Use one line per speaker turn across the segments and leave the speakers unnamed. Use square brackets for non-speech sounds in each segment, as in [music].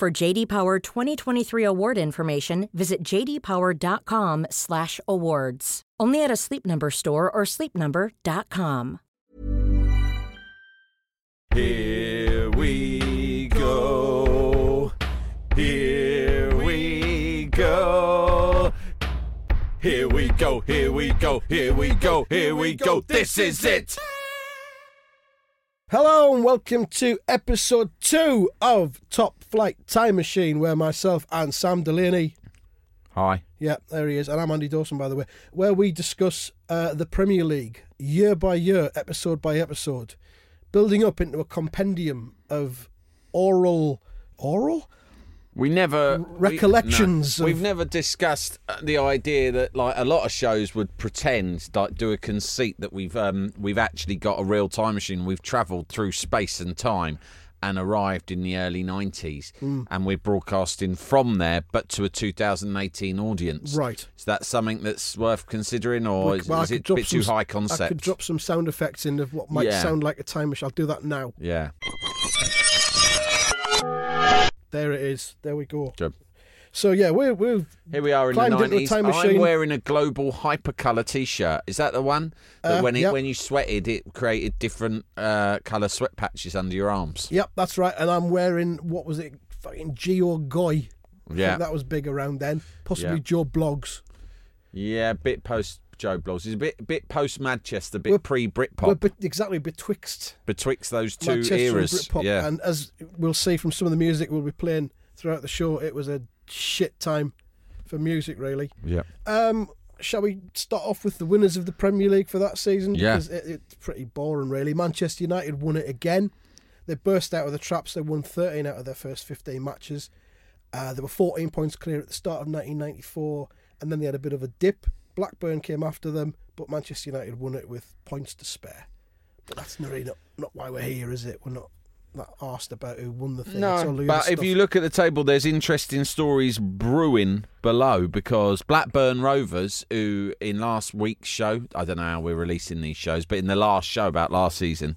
For JD Power 2023 award information, visit jdpower.com/awards. Only at a Sleep Number store or sleepnumber.com.
Here we go. Here we go. Here we go. Here we go. Here we go. Here we go. This is it.
Hello and welcome to episode two of Top Flight Time Machine, where myself and Sam Delaney,
Hi.
yeah, there he is, and I'm Andy Dawson, by the way, where we discuss uh, the Premier League year by year, episode by episode, building up into a compendium of oral, oral
We never
recollections.
We,
of,
have never discussed uh, the idea that like a lot of shows would pretend like do a conceit that we've um, we've actually got a real time machine. We've travelled through space and time and arrived in the early 90s
Hmm.
and we're broadcasting from there but to a 2018 audience
Right.
is that something that's worth considering or is,
well, I
is
could
it a
drop
bit too
some-
high
I could
concept
drop some sound effects in of what might
Yeah.
sound like a time machine. I'll do that now.
yeah
There it is. There we go.
Good.
So yeah, we're we're
Here we are in
Climbed
the
into a
90s.
time
I'm
machine.
wearing a global hypercolor t-shirt. Is that the one that
Uh,
when it,
yep.
when you sweated it created different uh, color sweat patches under your arms?
Yep, that's right. And I'm wearing what was it? Fucking Geo Goy. I
Yeah.
think that was big around then. Possibly
Yeah.
Joe Blogs.
Yeah, bit post Joe Blows. It's a bit bit post Manchester, bit
We're-
pre
Well,
Britpop
but exactly betwixt
betwixt those two
Manchester
eras.
and Britpop.
yeah.
And as we'll see from some of the music we'll be playing throughout the show, it was a shit time for music, really.
yeah.
Um, shall we start off with the winners of the Premier League for that season?
Yeah.
Because it, it's pretty boring, really. Manchester United won it again. They burst out of the traps. They won 13 out of their first 15 matches. Uh, they were 14 points clear at the start of 1994, and then they had a bit of a dip. Blackburn came after them, but Manchester United won it with points to spare. But that's not really not, not why we're here, is it? We're not that asked about who won the thing. It's all
No,
the other
but if
stuff.
you look at the table, there's interesting stories brewing below because Blackburn Rovers, who in last week's show, I don't know how we're releasing these shows, but in the last show about last season,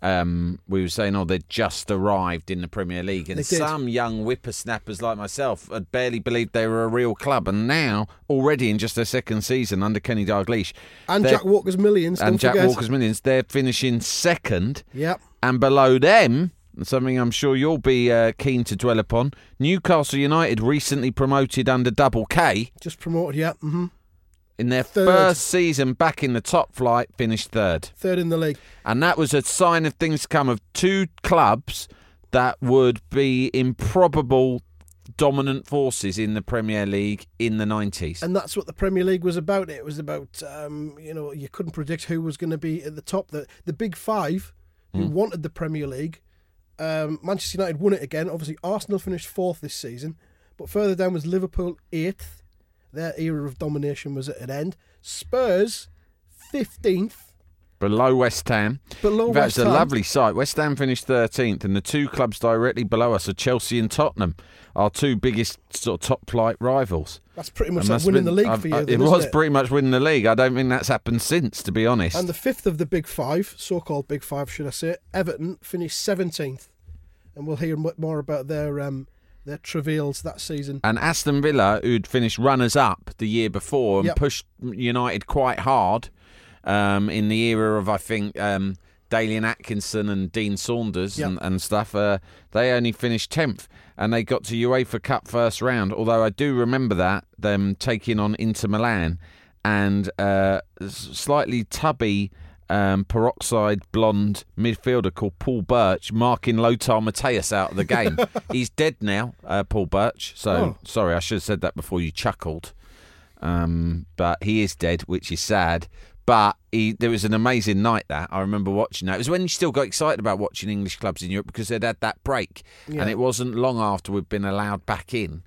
um, we were saying, oh, they'd just arrived in the Premier League, and
They did.
some young whippersnappers like myself had barely believed they were a real club, and now already in just their second season under Kenny Dalglish
and
they're-
Jack Walker's millions.
and
don't
Jack
forget.
Walker's Millions, they're finishing second.
Yep.
And below them, something I'm sure you'll be uh, keen to dwell upon Newcastle United recently promoted under double K
Just promoted, yeah. hmm
in their
Third.
first season back in the top flight, finished third.
Third in the league.
And that was a sign of things to come of two clubs that would be improbable dominant forces in the Premier League in the 90s.
and that's what the Premier League was about. It was about um, you know you couldn't predict who was going to be at the top. The the big five who
Hmm.
wanted the Premier League. Um, Manchester United won it again. Obviously, Arsenal finished fourth this season, but further down was Liverpool eighth. Their era of domination was at an end. Spurs fifteenth
below West Ham.
below
That's
West
a
Ham.
lovely sight. West Ham finished 13th, and the two clubs directly below us are Chelsea and Tottenham, our two biggest sort of top flight rivals.
That's pretty
I
much like
must
winning the
admit,
league
I've-
for you.
I-
then,
um, uh, it
isn't
was
it?
pretty much winning the league. I don't think that's happened since, to be honest.
And the fifth of the big five, so called big five, should I say, Everton finished 17th. And we'll hear mu- more about their um, their travails that season.
and Aston Villa, who'd finished runners up the year before and
Yep.
pushed United quite hard um, in the era of, I think, um, Dalian Atkinson and Dean Saunders and,
Yep.
and stuff, uh, they only finished 10th and they got to UEFA Cup first round. Although I do remember that, them taking on Inter Milan and uh, s- slightly tubby. Um, peroxide blonde midfielder called Paul Birch marking Lothar Mateus out of the
[laughs]
game. He's dead now, uh, Paul Birch. So
Oh.
sorry, I should have said that before you chuckled. Um, but he is dead, which is sad. But he, there was an amazing night that I remember watching that. It was when you still got excited about watching English clubs in Europe because they'd had that break. And it wasn't long after we'd been allowed back in.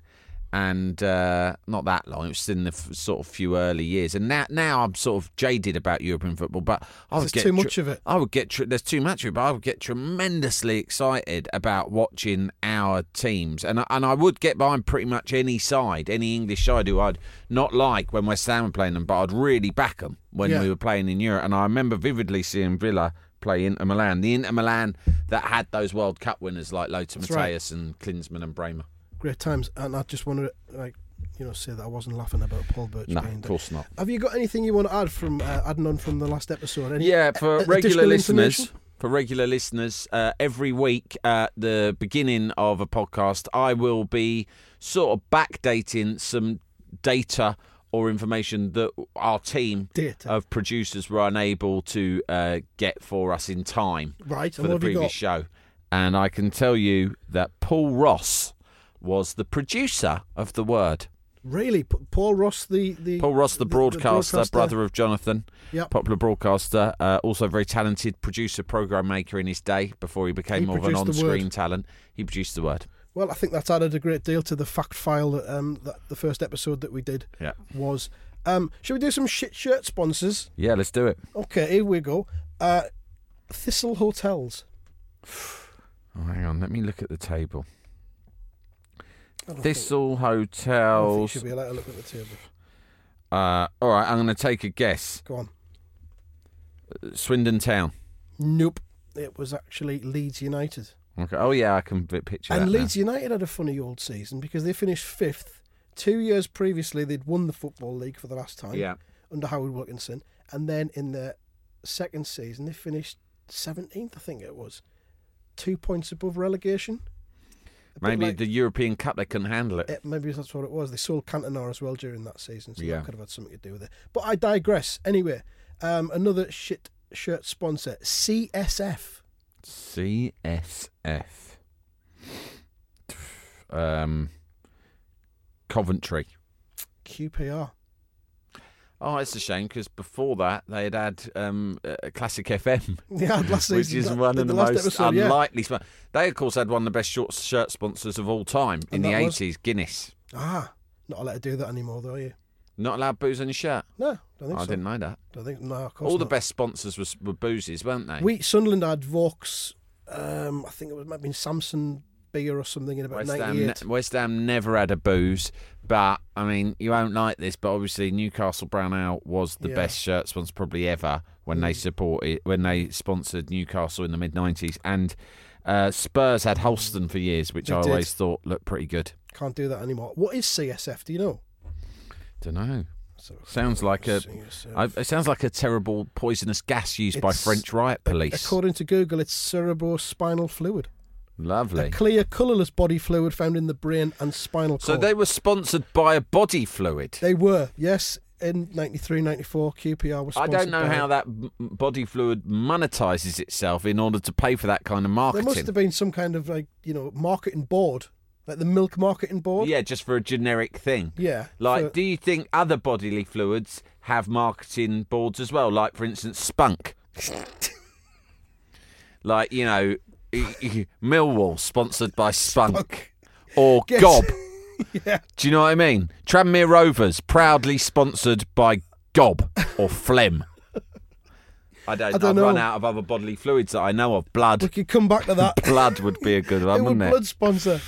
And uh, not that long, it was in the f- sort of few early years. And now, now I'm sort of jaded about European football, but I was
There's too much of it.
I would get tr- there's too much of it, but I would get tremendously excited about watching our teams, and I, and I would get behind pretty much any side, any English side who I'd not like when West Ham were playing them, but I'd really back them when
Yeah.
we were playing in Europe. And I remember vividly seeing Villa play Inter Milan, the Inter Milan that had those World Cup winners like Lothar Matthäus
right.
and Klinsmann and Bremer.
Great times. And I just want to, like, you know, say that I wasn't laughing about Paul Birch
No,
being
of
dead.
course not.
Have you got anything you want to add from uh, adding on from the last episode? Any
Yeah, for regular
a- Uh, additional
listeners,
information?
for regular listeners, uh, every week at the beginning of a podcast, I will be sort of backdating some data or information that our team
Data.
of producers were unable to uh, get for us in time
Right,
for
and
the
what have you
previous
got?
show. And I can tell you that Paul Ross was the producer of the word.
Really, P- Paul Ross, the the
Paul Ross, the broadcaster, brother of Jonathan,
Yep.
popular broadcaster, uh, also very talented producer, program maker in his day before he became
He
more of an
produced The
on-screen
Word.
talent. He produced the word.
Well, I think that's added a great deal to the fact file that um that the first episode that we did
Yeah,
was. Um, should we do some shit shirt sponsors?
yeah. Let's do it.
Okay, here we go. Uh, Thistle Hotels.
Oh, hang on, let me look at the table.
I don't think-
Thistle
I don't think you
Hotels.
should be allowed to look at the table.
Uh, all right, I'm going to take a guess.
Go on.
Swindon Town.
Nope. It was actually Leeds United.
Okay. Oh yeah, I can vi- picture
and
that. now.
Leeds United had a funny old season because they finished fifth. Two years previously, they'd won the Football League for the last time
Yeah.
under Howard Wilkinson. And then in their second season, they finished 17th, I think it was. Two points above relegation. A bit
Maybe
like- Eh.
the European Cup they couldn't handle it.
it, maybe that's what it was. They sold Cantona as well during that season, so
Yeah.
that could have had something to do with it. But I digress. Anyway, um, another shit shirt sponsor, CSF.
CSF. Um, Coventry.
QPR. [laughs]
Oh, it's a shame because before that they had had um, uh, Classic [laughs] FM,
Yeah, last season.
which is
that-
one
the,
of the,
last
most
episode, yeah.
unlikely. sp- They, of course, had one of the best short shirt sponsors of all time in
And
the
that was?
eighties, Guinness.
Ah, not allowed to do that anymore, though, are you?
Not allowed booze on your shirt.
No, don't think
I
so.
didn't know that.
Don't think. No, of course
All the
not.
best sponsors was, were boozes, weren't they?
We Sunderland had Vaux. Um, I think it was might have been Samson beer or something in about
West Ham,
'98.
ne- West Ham never had a booze, but I mean, you won't like this, but obviously Newcastle Brown Ale was the
Yeah. Hmm.
best shirt sponsor probably ever when they supported when they sponsored Newcastle in the mid nineties, and uh, Spurs had Holston for years, which
They
I
did.
always thought looked pretty good.
Can't do that anymore. What is CSF? Do you know?
Don't know.
So,
Sounds like a.
CSF.
I, it sounds like a terrible poisonous gas used by
It's-
French riot police.
According to Google, it's cerebrospinal fluid, a
Lovely.
clear, colourless body fluid found in the brain and spinal cord.
so they were sponsored by a body fluid.
They were, yes, in 93, 94, QPR was
I don't
sponsored
know
by
how
it.
that m- body fluid monetizes itself in order to pay for that kind of
There
marketing.
must have been some kind of, like, you know, marketing board, like the milk marketing board.
Yeah, just for a generic thing.
Yeah.
Like,
for-
do you think other bodily fluids have marketing boards as well? Like, for instance,
[laughs]
Spunk. like, you know, [laughs] Millwall sponsored by Spunk, or
Yes.
Gob.
[laughs] yeah.
Do you know what I mean? Tranmere Rovers proudly sponsored by Gob or Phlegm. I don't.
I don't
I've run
know.
out of other bodily fluids that I know of.
We [laughs]
Blood.
could come back
[laughs]
to that.
Blood would be a good
They
one,
were
wouldn't
blood
it?
sponsor.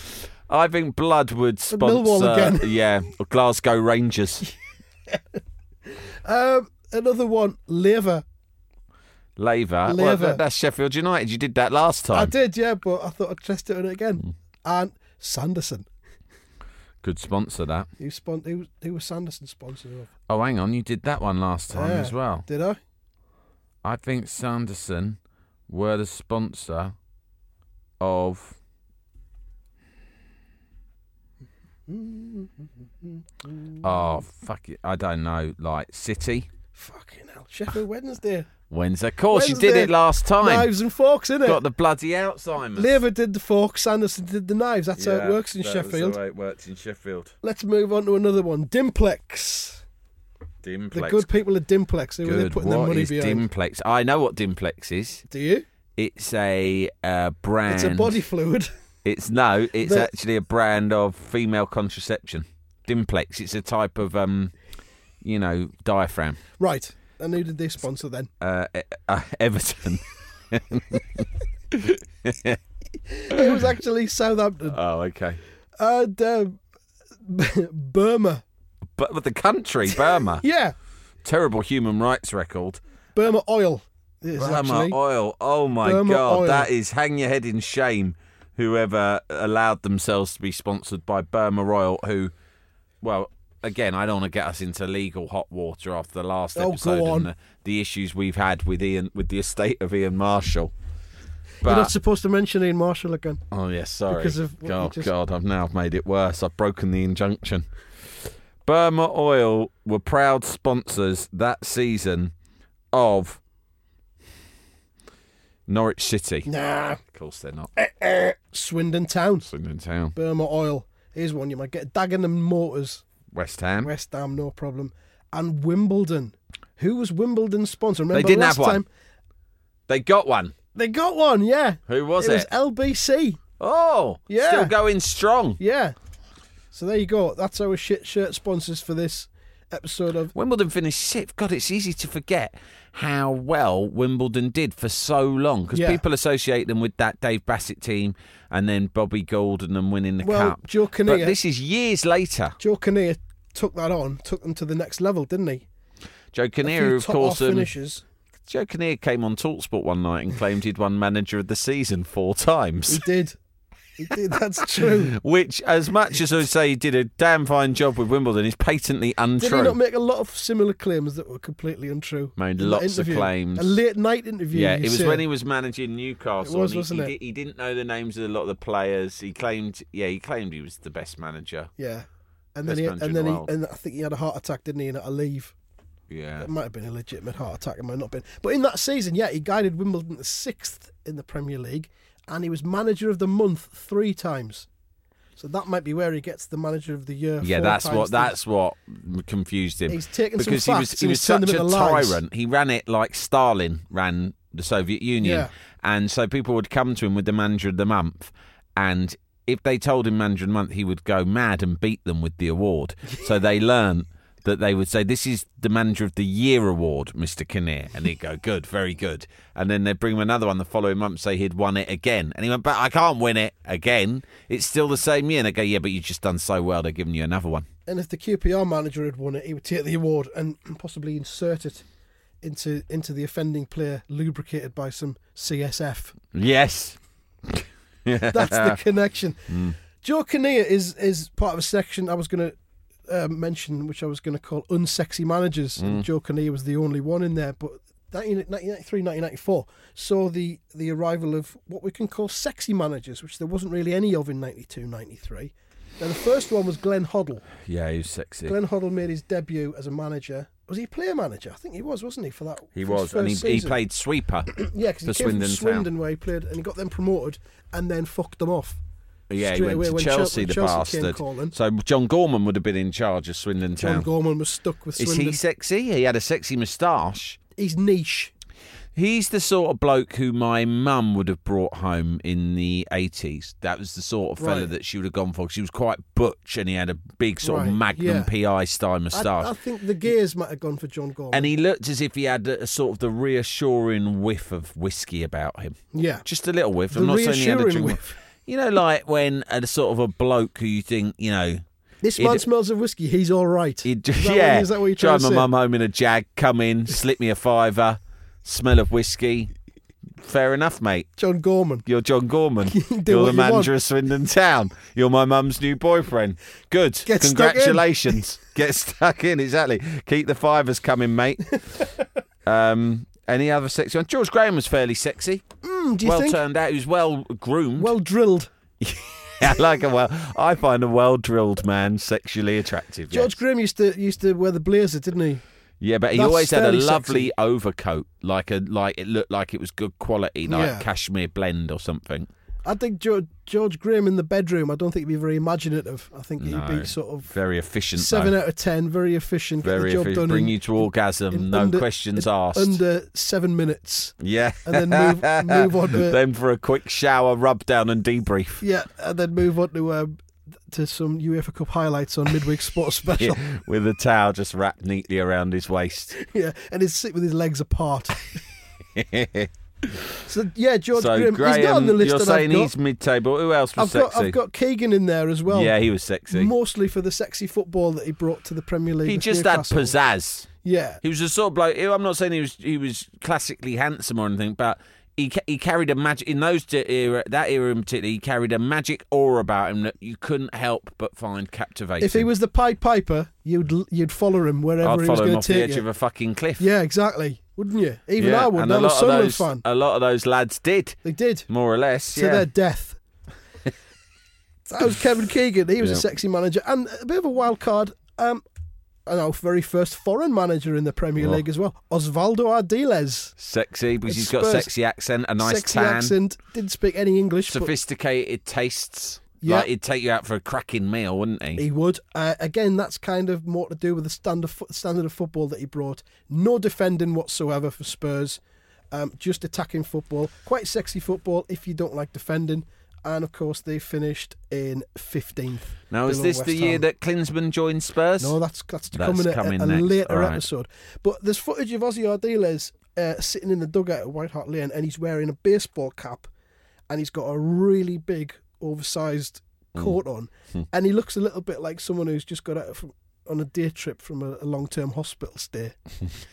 I think blood would sponsor.
Millwall again.
[laughs] Yeah, or Glasgow
[laughs]
Rangers.
Um, another one, liver.
Laver. Well,
Laver.
that, that's Sheffield United. You did that last
I
time.
did, yeah, but I thought I'd test it on it
Hmm.
again. And Sanderson.
Could sponsor that.
Who, spon- who, who was Sanderson sponsored of?
Oh, hang on. You did that one last time
Yeah.
as well.
Did I?
I think Sanderson were the sponsor
[laughs]
of. Oh fuck it! I don't know. Like City,
Fucking hell.
[sighs]
Sheffield Wednesday.
Wednesday. Of course, you did
Wednesday.
it last time.
Knives and forks, innit?
Got the bloody Alzheimer's.
Lever did the forks, Sanderson did the knives. That's how
Yeah,
it works in
that was the
Sheffield.
way it worked in Sheffield.
Let's move on to another one. Dimplex.
Dimplex.
The good people at Dimplex, who are they
Good.
putting their
What
money
is
behind?
Dimplex? I know what Dimplex is.
Do you?
It's a uh, brand.
It's a body fluid. [laughs]
It's no. It's
The-
actually a brand of female contraception. Dimplex. It's a type of um, you know, diaphragm.
right. And who did they sponsor then?
Uh, E- uh, [laughs] Everton.
It
[laughs]
was actually Southampton.
oh, okay.
And um, [laughs] Burma.
But with the country
[laughs]
Burma,
Yeah.
terrible human rights record.
Burma Oil. It is
Burma
actually.
oil. Oh my
Burma
god,
oil.
that is hang your head in shame. Whoever allowed themselves to be sponsored by Burma Oil, who, well, again, I don't want to get us into legal hot water after the last
Oh, go
episode
on.
and the, the issues we've had with Ian, with the estate of Ian Marshall.
You're not
But
supposed to mention Ian Marshall again.
oh yes, sorry.
because of what you
God,
just-
God, I've now made it worse. I've broken the injunction. Burma Oil were proud sponsors that season of Norwich City.
Nah.
Of course they're not.
Swindon Town.
Swindon Town.
Burma Oil. Here's one you might get. Dagenham Motors.
West Ham.
West Ham, no problem. And Wimbledon. Who was Wimbledon's sponsor? Remember
didn't
last
have one.
time
They got one.
they got one, yeah.
Who was it?
was LBC.
oh,
Yeah.
still going strong.
Yeah. So there you go. That's our shit shirt sponsors for this episode of
Wimbledon finished sixth. God, it's easy to forget how well Wimbledon did for so long because
Yeah.
people associate them with that Dave Bassett team and then Bobby Gould and them winning the
Well,
cup.
Joe
But
Kinnear.
this is years later.
Joe Kinnear took that on, took them to the next level, didn't he?
Joe
A
Kinnear,
few
of
top
course,
off
um,
finishes.
Joe Kinnear came on Talksport one night and claimed he'd won Manager of the Season four times. [laughs]
He did. He did. That's true.
Which, as much as I would say he did a damn fine job with Wimbledon, is patently untrue.
Did he not make a lot of similar claims that were completely untrue?
Made
in that
lots of
interview?
claims.
A late night interview.
Yeah, it
you
was
say.
when he was managing Newcastle.
It was,
and he,
wasn't
he
it?
Did, he didn't know the names of a lot of the players. He claimed, yeah, he claimed he was the best manager.
Yeah. And then
Best
he
manager in
and
the
then he
world.
and I think he had a heart attack, didn't he? And had to leave.
Yeah,
It might have been a legitimate heart attack. It might not have been. But in that season, yeah, he guided Wimbledon to sixth in the Premier League, and he was manager of the month three times. So that might be where he gets the manager of the year.
yeah,
four
that's
times.
what that's what confused him.
He's taken some
because
facts
he
and
was
he's
he was
turned
such
them
a
into lies.
tyrant. He ran it like Stalin ran the Soviet Union,
Yeah.
and so people would come to him with the manager of the month, and if they told him manager of the month, he would go mad and beat them with the
[laughs]
award. so they learned that they would say, "This is the manager of the year award, Mister Kinnear," and he'd go, "Good, very good," and then they'd bring him another one the following month, say he'd won it again, and he went, "But I can't win it again. It's still the same year." And they go, "Yeah, but you've just done so well. They're giving you another one."
And if the QPR manager had won it, he would take the award and [clears throat] possibly insert it into into the offending player, lubricated by some CSF.
Yes.
[laughs]
[laughs]
That's the connection. Joe Kinnear is is part of a section I was going to uh, mention, which I was going to call unsexy managers. And Joe Kinnear was the only one in there, but. 19- 1993, 1994 saw the, the arrival of what we can call sexy managers, which there wasn't really any of in 92, 93. Now, the first one was Glenn Hoddle.
Yeah, he was sexy.
Glenn Hoddle made his debut as a manager. Was he a player manager? I think he was, wasn't he, for that?
He
for his
was, and he,
first
he
season?
played sweeper.
[coughs] Yeah, because he
for
came
Swindon
from
Town.
Swindon where he played, and he got them promoted, and then fucked them off.
yeah, he
Straight
went
away
to
when Chel-
Chelsea,
when
the
Chelsea came calling.
bastard. So John Gorman would have been in charge of Swindon
John
Town.
Gorman was stuck with
Is
Swindon.
he sexy? He had a sexy moustache.
He's niche.
He's the sort of bloke who my mum would have brought home in the 80s. That was the sort of fella
Right.
that she would have gone for. 'cause He was quite butch and he had a big sort of
Right,
Magnum
yeah.
PI style
I,
moustache.
I think the gears might have gone for John Gorman.
and he looked as if he had a, a sort of the reassuring whiff of whiskey about him.
yeah,
Just a little whiff.
The
I'm not saying he had a
reassuring
drink.
whiff.
You know, like when a sort of a bloke who you think, you know,
this
He'd-
man smells of whiskey. He's all right.
He'd just,
that what-
yeah.
is that what you're
drive
trying to
my
say?
mum home in a jag, come in, slip me a fiver, smell of whiskey. Fair enough, mate.
John Gorman.
You're John Gorman.
do
You're
what
the
[laughs] you
manager
want.
of Swindon Town. You're my mum's new boyfriend. Good.
Get stuck in.
Congratulations. [laughs] Get stuck in, exactly. Keep the fivers coming,
[laughs]
mate. um, any other sexy one? George Graham was fairly sexy.
Hmm, do you
well
think?
turned out. He was well groomed.
Well drilled.
[laughs] I like a well. I find a well drilled man sexually attractive. yes.
George Graham used to used to wear the blazer, didn't he?
Yeah, but he
That's
always had a
fairly
lovely
sexy.
overcoat, like a like it looked like it was good quality, like
Yeah.
cashmere blend or something.
I think George, George Graham in the bedroom, I don't think he'd be very imaginative. I think he'd
No.
be sort of
Very efficient.
seven
though.
out of ten, very efficient, get
Very
the job
efficient.
done
Bring
in,
you to orgasm.
in
no
under-
questions
in
asked.
under seven minutes.
yeah.
and then move-
[laughs]
move on to-
then for a quick shower, rub down, and debrief.
Yeah, and then move on to um, to some UEFA Cup highlights on
[laughs]
midweek sports special.
Yeah, with a towel just wrapped neatly around his waist.
[laughs] Yeah. and he'd sit with his
[laughs]
legs apart. So yeah, George
so
Graham,
Graham,
he's not on the list
you're
that
saying
I've got.
he's mid-table. Who else
I've
was
got
sexy?
I've got Keegan in there as well.
yeah, he was sexy.
mostly for the sexy football that he brought to the Premier League.
He
with
just had
Newcastle.
pizzazz.
Yeah,
He was the sort of bloke. I'm not saying he was he was classically handsome or anything, but he ca- he carried a magic in those t- era that era in particular. He carried a magic aura about him that you couldn't help but find captivating.
if he was the Pied Piper, you'd l- you'd follow him wherever
I'd
he was
follow him
going
off
to
the
take
edge
you.
of a fucking cliff.
Yeah, exactly. Wouldn't you? Even I would.
and
I'm
a
a
lot of
Sunderland
those
fan.
a lot of those lads did
They did
more or less.
to
yeah. [laughs]
their death. that was Kevin Keegan. He was a
Yeah.
sexy manager and a bit of a wild card. Um, and our very first foreign manager in the Premier
Oh.
League as well, Osvaldo Ardiles.
Sexy because he's got a
Spurs-
sexy accent, a nice
sexy
tan,
accent. Didn't speak any English, but
sophisticated tastes.
Yeah.
Like he'd take you out for a cracking meal, wouldn't he?
He would. Uh, again, that's kind of more to do with the standard fo- standard of football that he brought. No defending whatsoever for Spurs. Um, just attacking football. Quite sexy football if you don't like defending. And of course, they finished in fifteenth.
now, is
below
this
West
the year
Ham.
that Klinsman joined Spurs?
No, that's that's to
That's
come in a,
coming
a
next,
later
alright.
episode. But there's footage of Ozzy Ardiles uh, sitting in the dugout at White Hart Lane, and he's wearing a baseball cap, and he's got a really big, oversized
Hmm.
coat on, and he looks a little bit like someone who's just got out from, on a day trip from a, a long-term
[laughs]
hospital stay,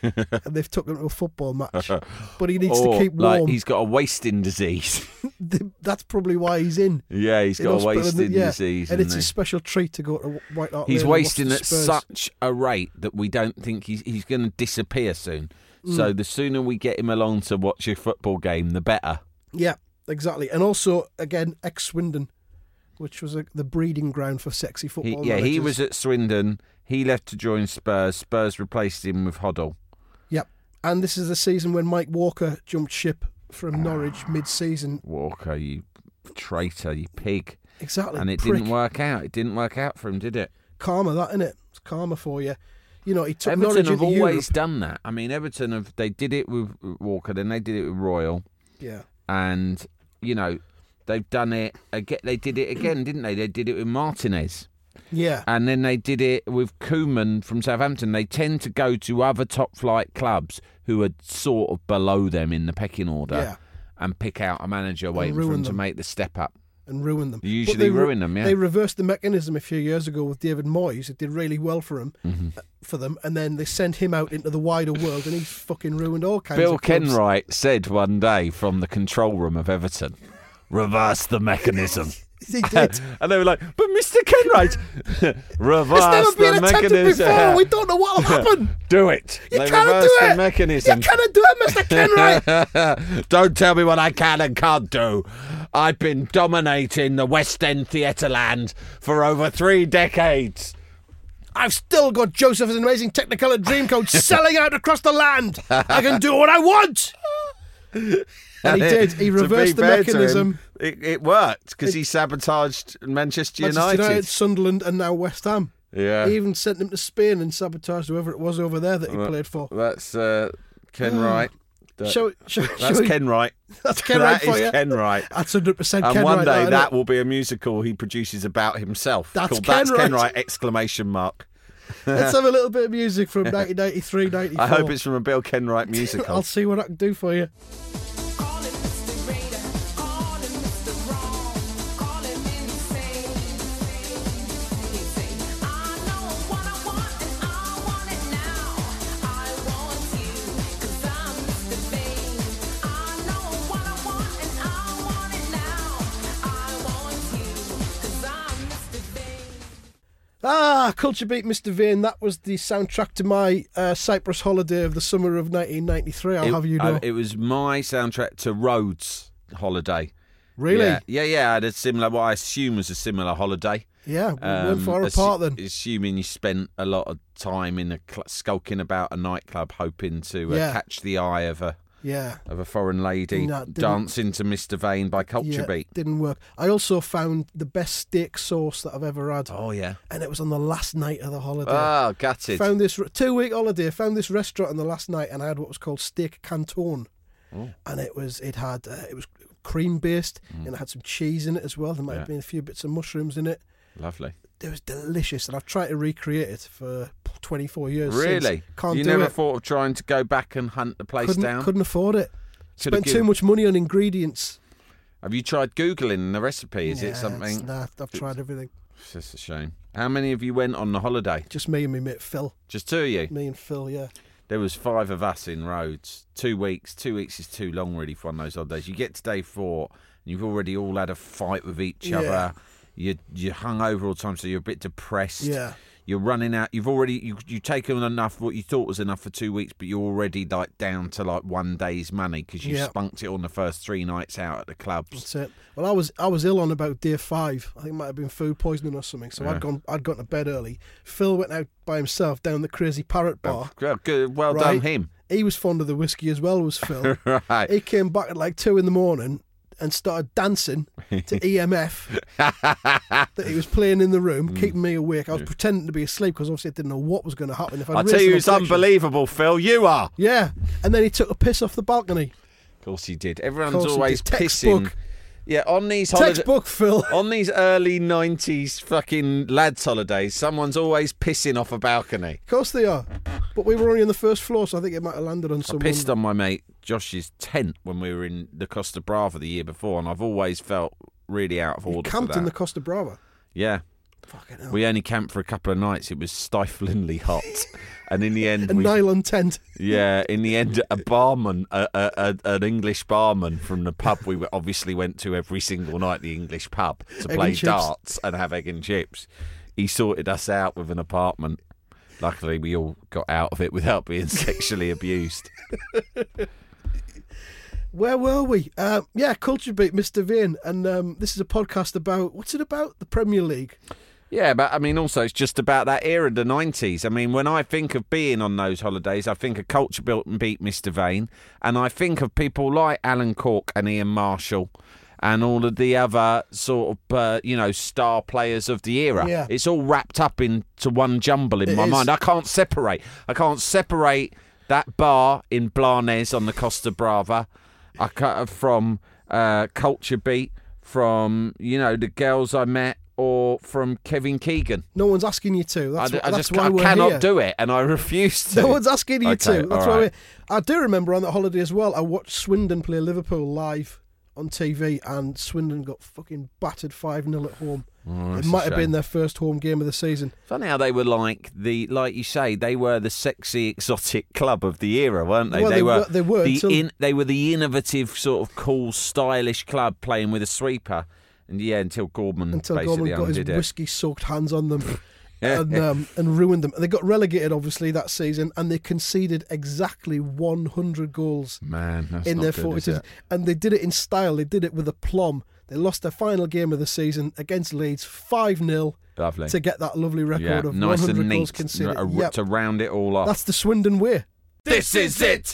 and they've took him to a football match. But he needs
or
to keep
Oh, like
warm.
he's got a wasting disease.
[laughs]
[laughs]
that's probably why he's in.
yeah, he's
in
got a
hospital, isn't it?
wasting
yeah.
disease.
and
isn't
it's
he?
his special treat to go to White Hart.
He's
Lane and watch
wasting
the
at
Spurs.
such a rate that we don't think he's he's going to disappear soon.
Mm.
So the sooner we get him along to watch a football game, the better.
Yeah, exactly. And also, again, ex Swindon, which was a, the breeding ground for sexy
He,
football.
yeah, he
managers.
was at Swindon. He left to join Spurs. Spurs replaced him with Hoddle.
Yep. And this is the season when Mike Walker jumped ship from Norwich mid-season.
Walker, you traitor, you pig.
Exactly.
And it
prick.
didn't work out. It didn't work out for him, did it?
Karma, that innit? It's karma for you. You know, he took
Everton
Norwich
have
into
always
Europe.
done that. I mean, Everton have they did it with Walker, then they did it with Royal,
Yeah.
and you know they've done it again. They did it again, didn't they? They did it with Martinez,
Yeah.
and then they did it with Koeman from Southampton. They tend to go to other top flight clubs who are sort of below them in the pecking order,
Yeah.
and uh, pick out a manager waiting for
ruin
them to
them.
make the step up.
And ruin them.
You
But
usually
they re-
ruin them, yeah.
They reversed the mechanism a few years ago with David Moyes. It did really well for him,
Mm-hmm.
uh, for them, and then they sent him out into the wider world, and he fucking ruined all kinds
Bill
of clubs.
Kenwright said one day from the control room of Everton, reverse the
[laughs]
mechanism.
[laughs] He did.
[laughs] and they were like, but Mr. Kenwright,
[laughs] It's
reverse
never been
the
attempted
mechanism.
before. We don't know what'll happen.
[laughs] do it.
You
they
can't
reverse
do
the
it.
mechanism.
You cannot do it, Mr.
[laughs]
Kenwright.
Don't tell me what I can and can't do. I've been dominating the West End theatreland for over three decades.
I've still got Joseph as an amazing Technicolor Dreamcoat selling out across the land. I can do what I
[laughs]
want. And he did. He
To be
reversed the
fair to him,
mechanism.
it, it worked because he sabotaged Manchester,
Manchester United, Sunderland, and now West Ham.
Yeah.
He even sent him to Spain and sabotaged whoever it was over there that he
Well,
played for.
That's uh, Ken
[sighs]
Wright. That-
Shall, shall,
that's
shall we-
Ken Wright.
[laughs] That's Ken
[laughs] That
Wright for
is
you.
Ken Wright.
That's 100%
And
Ken
one
Wright.
day
isn't it?
that will be a musical he produces about himself.
That's
called
Ken
That's Ken
Wright.
Wright! Exclamation mark.
Let's have a little bit of
[laughs]
music from 1993, 94.
I hope it's from a Bill Ken Wright musical.
[laughs] I'll see what I can do for you.
Call him Mr. Right or call him Mr. Wrong, call him insane. He'd say, I know what I want and I want it now. I want you, 'cause I'm Mr. Vain. I know what I want and I want it now. I want you, 'cause I'm Mr. Vain.
Ah, Culture Beat Mr. Vane. That was the soundtrack to my uh, Cyprus holiday of the summer of 1993. I'll
it,
have you
I-
know.
it was my soundtrack to Rhodes Holiday.
really?
Yeah,
Yeah.
yeah, yeah. I had a similar, what I assume was a similar holiday.
we weren't
Um,
far
assu-
apart then.
Assuming you spent a lot of time in a cl- skulking about a nightclub, hoping to uh,
Yeah.
catch the eye of a
Yeah.
of a foreign lady
No, didn't-
dancing to Mr. Vane by Culture
yeah,
Beat.
Didn't work. I also found the best steak sauce that I've ever had.
Oh, yeah.
And it was on the last night of the holiday.
Oh, gutted.
found this two week holiday. Found this restaurant on the last night, and I had what was called steak canton,
Oh.
and it was it had uh, it was cream based, and it had some cheese in it as well. There might
Mm. Yeah.
have been a few bits of mushrooms in it.
Lovely.
It was delicious, and I've tried to recreate it for twenty four years. since.
Really?
Can't
you
do
never
it.
thought of trying to go back and hunt the place
couldn't,
down?
couldn't afford it.
Should've
Spent too
given-
much money on ingredients.
Have you tried Googling the recipe? Is
Yeah,
it
it's-
something?
Nah, I've tried everything.
It's just a shame. How many of you went on the holiday?
Just me and my mate Phil.
Just two of you.
Me and Phil, yeah.
There was five of us in Rhodes. Two weeks. Two weeks is too long, really, for one of those odd days. You get to day four, and you've already all had a fight with each
Yeah.
other. You you hung over all the time, so you're a bit depressed.
Yeah.
You're running out. You've already you you taken enough what you thought was enough for two weeks, but you're already like down to like one day's money because you
Yeah.
spunked it on the first three nights out at the clubs.
That's it. Well, I was I was ill on about day five. I think it might have been food poisoning or something. So
Yeah.
I'd gone I'd gone to bed early. Phil went out by himself down the crazy parrot
Well,
bar.
good- good, well
right?
done him. [laughs]
He was fond of the whiskey as well was Phil.
Right.
he came back at like two in the morning and started dancing to
[laughs]
EMF that he was playing in the room,
Mm.
keeping me awake. I was pretending to be asleep because obviously I didn't know what was going to happen. If I'd
I
raised
tell you,
an
it's
objection-
unbelievable, Phil. You are.
Yeah, and then he took a piss off the balcony.
Of course he did. Everyone's
Course he
always
did.
pissing.
Textbook.
Yeah, on these holidays.
Textbook, Phil.
On these early 90s fucking lads' holidays, someone's always pissing off a balcony.
Of course they are. But we were only on the first floor, so I think it might have landed on someone.
I pissed on my mate Josh's tent when we were in the Costa Brava the year before, and I've always felt really out of order. for
camped in the
that.
Costa Brava.
yeah.
Fucking hell.
We only camped for a couple of nights. It was stiflingly
[laughs]
hot, and in the end,
a
we
nylon tent.
Yeah, in the end, a barman, a, a, a, an English barman from the pub we obviously went to every single night, the English pub, to
and
play
chips.
darts and have egg and chips. He sorted us out with an apartment. Luckily, we all got out of it [laughs] without being sexually abused.
Where were we? Uh, yeah, Culture Beat, Mr. Vane. And um, this is a podcast about, what's it about? The Premier League.
Yeah, but I mean, also, it's just about that era, the 90s. I mean, when I think of being on those holidays, I think of Culture Built and Beat Mr. Vane, and I think of people like Alan Cork and Ian Marshall and all of the other sort of, uh, you know, star players of the era.
Yeah.
It's all wrapped up into one jumble in
It
my
is.
mind. I can't separate. I can't separate that bar in Blanes on the Costa Brava I cut from uh, Culture Beat, from, you know, the girls I met, or from Kevin Keegan.
No one's asking you to.
I,
That's,
d-
wh-
I
that's
just
why
I
we're
cannot
here.
do it, and I refuse to.
[laughs] No one's asking you
Okay,
to. That's
all
why
right.
we I do remember on that holiday as well, I watched Swindon play Liverpool live on TV, and Swindon got fucking battered 5 0 at home. it
Oh, that's a
might have
shame.
been their first home game of the season.
Funny how they were like the, like you say, they were the sexy, exotic club of the era, weren't they?
Well, they
were.
were- they were
the
until-
they were the innovative, sort of cool, stylish club playing with a sweeper, and yeah, until Gorman
until
basically
Gorman got his
undid it.
whiskey soaked hands on them
[laughs]
and, um, and ruined them. They got relegated, obviously, that season, and they conceded exactly 100 goals
Man, that's
in
not
their
good,
40
is it?
season. And they did it in style, they did it with aplomb. They lost their final game of the season against Leeds 5 0
Lovely.
to get that lovely record
yeah,
of
nice
100
and neat
goals conceded.
uh,
Yep.
to round it all off.
That's the Swindon way.
this is it.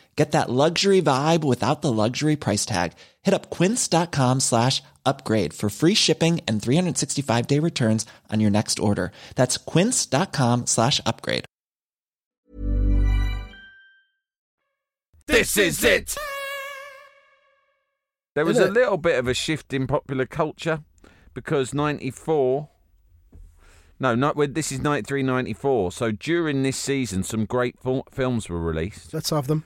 Get that luxury vibe without the luxury price tag. Hit up quince.com slash upgrade for free shipping and 365 day returns on your next order. That's quince.com slash upgrade.
This is it. There was a
Isn't it?
little bit of a shift in popular culture because 94. No, not, well, this is 93 94. So during this season, some great fil- films were released.
Let's have them.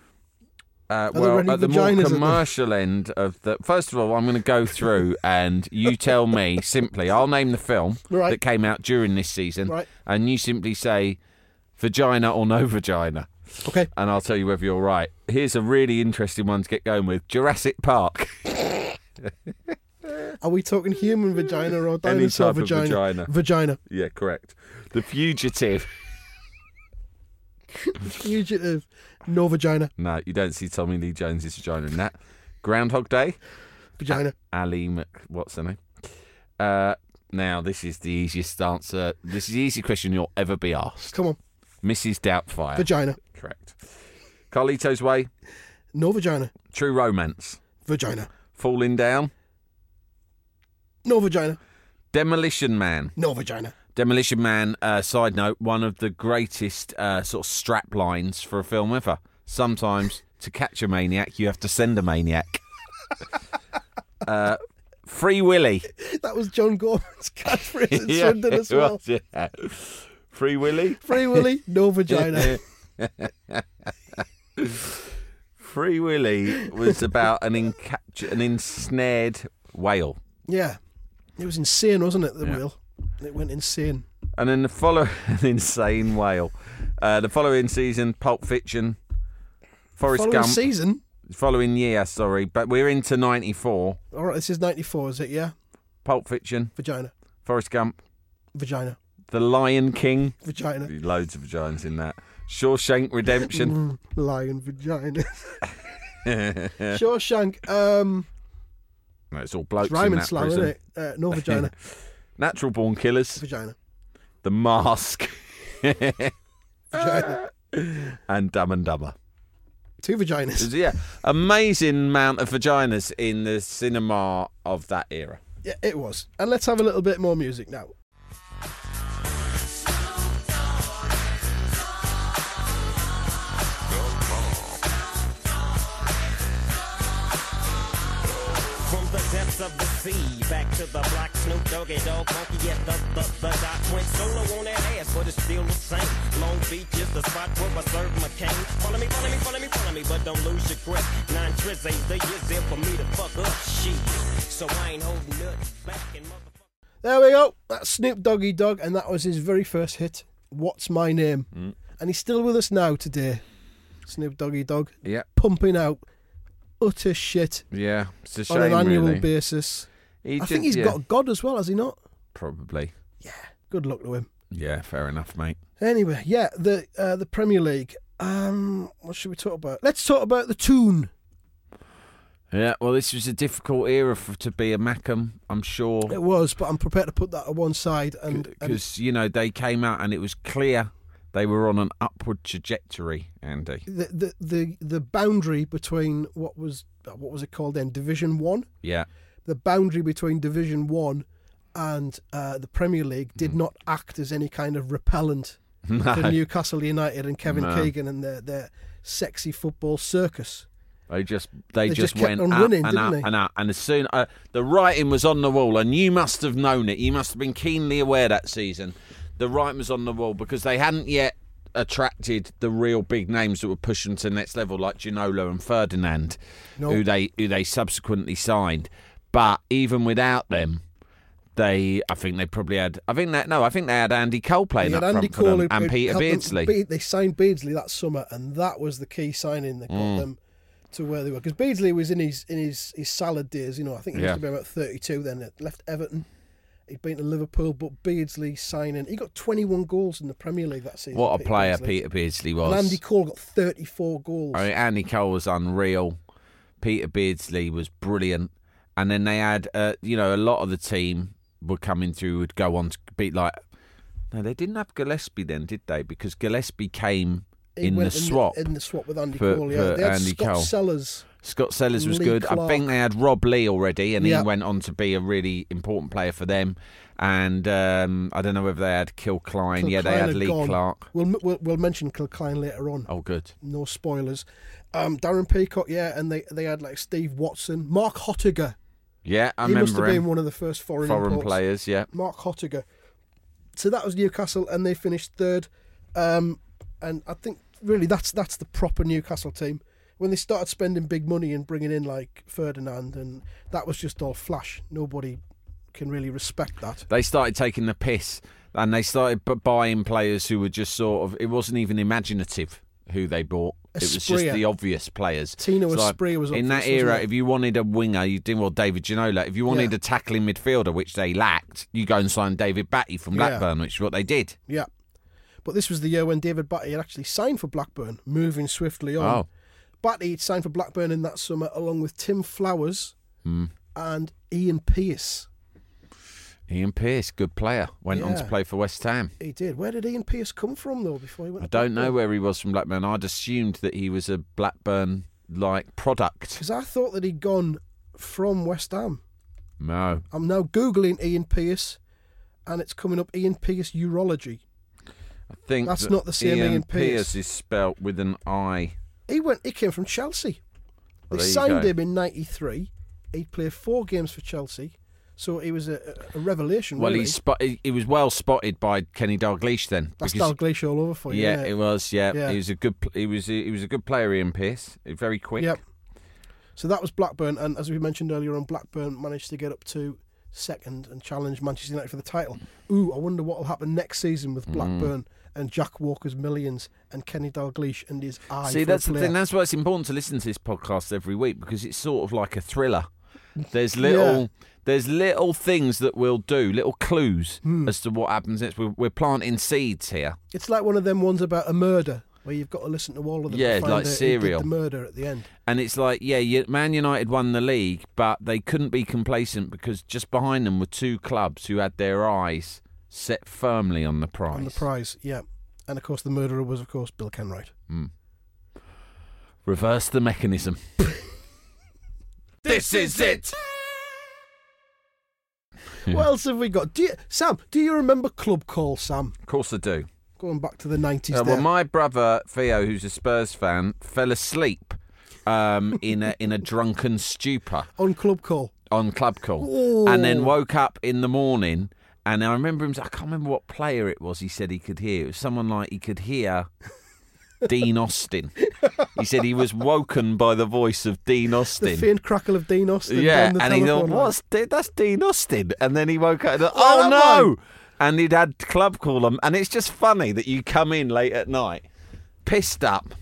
Uh,
there
well,
any
at the more
vaginas at the-
commercial end of the. First of all, I'm going to go
[laughs]
through and you tell me simply. I'll name the film
Right.
that came out during this season,
Right.
and you simply say vagina or no vagina, [laughs]
Okay.
and I'll tell you whether you're right. Here's a really interesting one to get going with Jurassic Park. [laughs]
Are we talking human vagina or
Any
dinosaur
type of
vagina?
vagina.
Vagina.
yeah, correct. The Fugitive.
Fugitive. uh, No vagina.
No, you don't see Tommy Lee Jones's vagina in that. Groundhog Day.
Vagina.
Ali Mc, what's her name? Uh, now this is the easiest answer. This is the easiest question you'll ever be asked.
Come on.
Mrs. Doubtfire.
Vagina.
Correct. Carlito's Way.
No vagina.
True Romance.
Vagina.
Falling Down.
No vagina.
Demolition Man.
No vagina. [laughs]
Demolition Man. Uh, side note: one of the greatest uh, sort of strap lines for a film ever. Sometimes to catch a maniac, you have to send a maniac. [laughs] uh, Free
[laughs]
Willy.
That was John Gorman's [laughs] catchphrase
[laughs]
in
Yeah,
Swindon as
it
well.
was, yeah. Free Willy.
Free Willy,
[laughs]
no vagina.
Free Willy was about an encapt- an ensnared whale.
yeah. It was insane, wasn't it, the
Yeah.
wheel? It went insane.
And then the follow [laughs] an insane whale. Uh, the following season, Pulp Fiction, Forrest
Following
Gump.
season.
following year, sorry, but we're into '94.
All right, this is 94, is it? Yeah.
Pulp Fiction,
Vagina.
Forrest Gump,
Vagina.
The Lion King.
Vagina.
Loads of vaginas in that. Shawshank Redemption.
Mm,
[laughs]
Lion vagina. [laughs] Shawshank. Um,
No, it's all blokes
it's rhyming
in that
slang,
prison.
isn't it? Uh,
[laughs]
no vagina.
Natural Born Killers,
vagina.
The Mask, [laughs]
Vagina.
and Dumb and Dumber.
Two vaginas.
Yeah, amazing amount of vaginas in the cinema of that era.
Yeah, it was. And let's have a little bit more music now.
From the depths of the sea, back to the block, Snoop Doggy Dog, Monkey at the, the, the dock. Went solo on that ass, but it's still the same. Long Beach is the spot where I serve my cane. Follow me, follow me, follow me, follow me, but don't lose your grip. Nine trips ain't the years there for me to fuck up shit. So I ain't holding nothing back and motherfucker.
There we go. That's Snoop Doggy Dog, and that was his very first hit, What's My Name?
Mm.
And he's still with us now today. Snoop Doggy Dog,
Yeah,
pumping out utter shit
yeah, it's a
on an annual basis.
He
I
ju-
think he's
yeah.
got God as well, has he not?
probably.
Good luck to him.
Yeah, fair enough, mate.
Anyway, yeah, the uh, the Premier League. Um, what should we talk about? Let's talk about the tune.
Yeah, well, this was a difficult era for, to be a Macam, I'm sure,
It was, but I'm prepared to put that to one side and, and
because you know they came out and it was clear they were on an upward trajectory. Andy,
the, the the the boundary between what was what was it called then? Division One.
yeah,
the boundary between Division One and uh, the Premier League did
Hmm.
not act as any kind
[laughs]
of repellent to Newcastle United and Kevin
No.
Keegan and their their sexy football circus.
they just they,
They
just,
just
went
kept on
up
winning,
and
didn't
up
they?
and up, and as soon uh, the writing was on the wall, and you must have known it. You must have been keenly aware that season the writing was on the wall because they hadn't yet attracted the real big names that were pushing to the next level, like Ginola and Ferdinand,
No.
who they who they subsequently signed. But even without them. They, I think they probably had. I think that no, I think they had Andy Cole playing
They
up
had
front
Andy
for them
Cole who-
and
who
Peter
helped them-
Beardsley.
Be- they signed Beardsley that summer, and that was the key signing that got
Hmm.
them to where they were. Because Beardsley was in his in his his salad days. You know, I think he
Yeah.
must have been about thirty two then. Had left Everton. He'd been to Liverpool, but Beardsley signing. He got 21 goals in the Premier League that season.
What a
Peter
player
Beardsley.
Peter Beardsley
And
was.
Andy Cole got 34 goals.
I mean, Andy Cole was unreal. Peter Beardsley was brilliant. And then they had, uh, you know, a lot of the team were coming through, would go on to beat like. No, they didn't have Gillespie then, did they? Because Gillespie came
He
in the
went
swap.
In the swap with Andy
for-
Cole, yeah.
for
They had
Andy
Scott
Cole.
Sellers.
Scott Sellers was
Lee
good. I
Clark.
think they had Rob Lee already, and
Yeah.
he went on to be a really important player for them. And um, I don't know whether they had Kill Klein. yeah,
Kilcline
they had Lee
gone.
Clark.
We'll, we'll, we'll mention Kilcline later on.
Oh, good.
No spoilers. Um, Darren Peacock, yeah, and they they had like Steve Watson, Mark Hottiger.
Yeah, I
he
remember
must have
him.
been one of the first foreign
Foreign
imports.
players, yeah.
Mark Hottiger. So that was Newcastle, and they finished third. Um, and I think really that's that's the proper Newcastle team. When they started spending big money and bringing in like Ferdinand, and that was just all flash. Nobody can really respect that.
They started taking the piss and they started bu- buying players who were just sort of. It wasn't even imaginative who they bought. It was just
Espria.
the obvious players.
Tino
It's
Espria was up
in
for
that
this, wasn't
era.
he?
If you wanted a winger, you did well. David Ginola. If you wanted
Yeah.
a tackling midfielder, which they lacked, you go and sign David Batty from
Yeah.
Blackburn, which is what they did.
Yeah. But this was the year when David Batty had actually signed for Blackburn, moving swiftly on.
Oh.
Batty had signed for Blackburn in that summer along with Tim Flowers
Hmm.
and Ian Pearce.
Ian Pearce, good player, went on to
Yeah.
play for West Ham.
He did. Where did Ian Pearce come from though? Before he went,
I
to
don't know
Blackburn?
where he was from Blackburn. I'd assumed that he was a Blackburn like product.
Because I thought that he'd gone from West Ham.
No.
I'm now Googling Ian Pearce and it's coming up Ian Pearce Urology.
I think
That's
that
not the same
Ian
Ian Pearce.
Pearce is spelt with an I.
He went. He came from Chelsea. They
Well, there you
signed
go.
him in '93. He played four games for Chelsea, so he was a, a revelation.
Well,
really.
he, spot, he, he was well spotted by Kenny Dalglish then.
that's
because-
Dalglish all over for you.
yeah,
isn't
it was. Yeah.
Yeah.
he was a good. pl- He was. He was a good player. Ian Pearce, very quick.
Yep. So that was Blackburn, and as we mentioned earlier on, Blackburn managed to get up to second and challenge Manchester United for the title. Ooh, I wonder what will happen next season
Mm.
with Blackburn and Jack Walker's millions and Kenny Dalglish and his eye.
See,
for a
that's the
player.
thing. That's why it's important to listen to this podcast every week because it's sort of like a thriller.
[laughs]
There's little, there's little things that we'll do, little clues
Hmm.
as to what happens next. We're, we're planting seeds here.
It's like one of them ones about a murder where you've got to listen to all of them. to
Yeah,
find
like
out who did
Serial.
The murder at the end.
And it's like, yeah, you- Man United won the league, but they couldn't be complacent because just behind them were two clubs who had their eyes set firmly on the prize.
on the prize. Yeah, and of course the murderer was, of course, Bill Kenwright.
Reverse the [laughs] mechanism. this is it. [laughs] Yeah.
What else have we got? Do you, Sam, do you remember Club Call, Sam?
Of course I do.
Going back to the nineties.
Uh, well, my brother Theo, who's a Spurs fan, fell asleep um, in a in a drunken stupor
on Club Call.
on club call,
Ooh.
and then woke up in the morning. And I remember him. I can't remember what player it was. He said he could hear. It was someone like he could
[laughs]
hear Dean Austin. He said he was woken by the voice of Dean
The
Austin.
faint crackle of Dean Austin.
yeah,
down the
and he thought,
telephone line.
"What's De- that's Dean Austin?" And then he woke up. And thought,
Where
oh
am
no! And he'd had club call him, and it's just funny that you come in late at night, pissed up,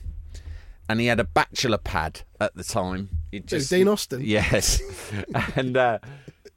and he had a bachelor pad at the time. It
Who,
just
Dean Austin.
Yes, [laughs] and uh,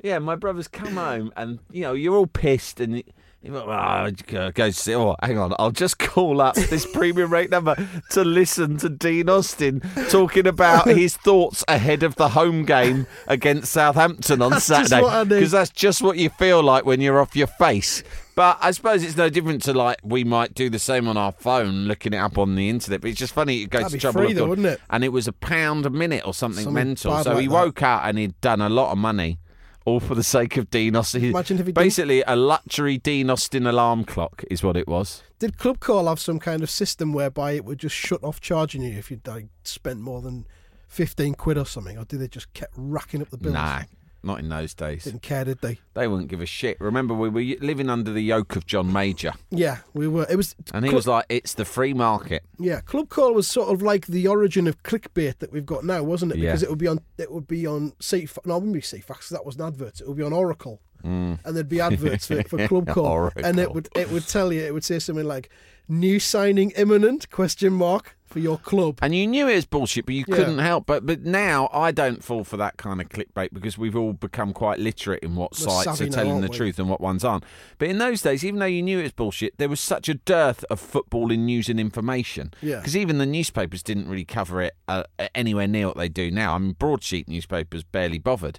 yeah, my brother's come home, and you know you're all pissed, and. He went, "Oh, go- go see. Oh, hang on. I'll just call up this
[laughs]
premium rate number to listen to Dean Austin talking
[laughs]
about his thoughts ahead of the home game against Southampton on
That's just
Saturday.
what I need.
Because that's just what you feel like when you're off your face. But I suppose it's no different to like we might do the same on our phone, looking it up on the internet. But it's just funny. It goes
That'd
to
be
trouble.
free
of
though,
God.
wouldn't it?
And it was a pound a minute or something,
Something
mental.
bad
So
like
he
that.
woke up and he'd done a lot of money, all for the sake of Dean Austin.
Imagine if he'd done-
basically a luxury Dean Austin alarm clock is what it was.
Did Club Call have some kind of system whereby it would just shut off charging you if you'd like, spent more than fifteen quid or something, or did they just kept racking up the bills?
Nah, not in those days.
Didn't care, did they?
They wouldn't give a shit. Remember, we were living under the yoke of John Major,
Yeah, we were. It was.
and he
Club-
was like, "It's the free market."
Yeah, Club Call was sort of like the origin of clickbait that we've got now, wasn't it?
Yeah.
Because it would be on it would be on C no, it wouldn't be CFAX 'cause that was an advert. It would be on Oracle, and there'd be adverts for, for
[laughs]
Club Call, and it
Hmm. Oracle.
would it would tell you it would say something like "new signing imminent?" question mark for your club.
And you knew it was bullshit, but you
Yeah.
couldn't help. But but now I don't fall for that kind of clickbait because we've all become quite literate in what
We're
sites
savvy
are
now,
telling
aren't
the
we?
truth and what ones aren't. But in those days, even though you knew it was bullshit, there was such a dearth of footballing news and information.
Yeah.
Because even the newspapers didn't really cover it uh, anywhere near what they do now. I mean, broadsheet newspapers barely bothered,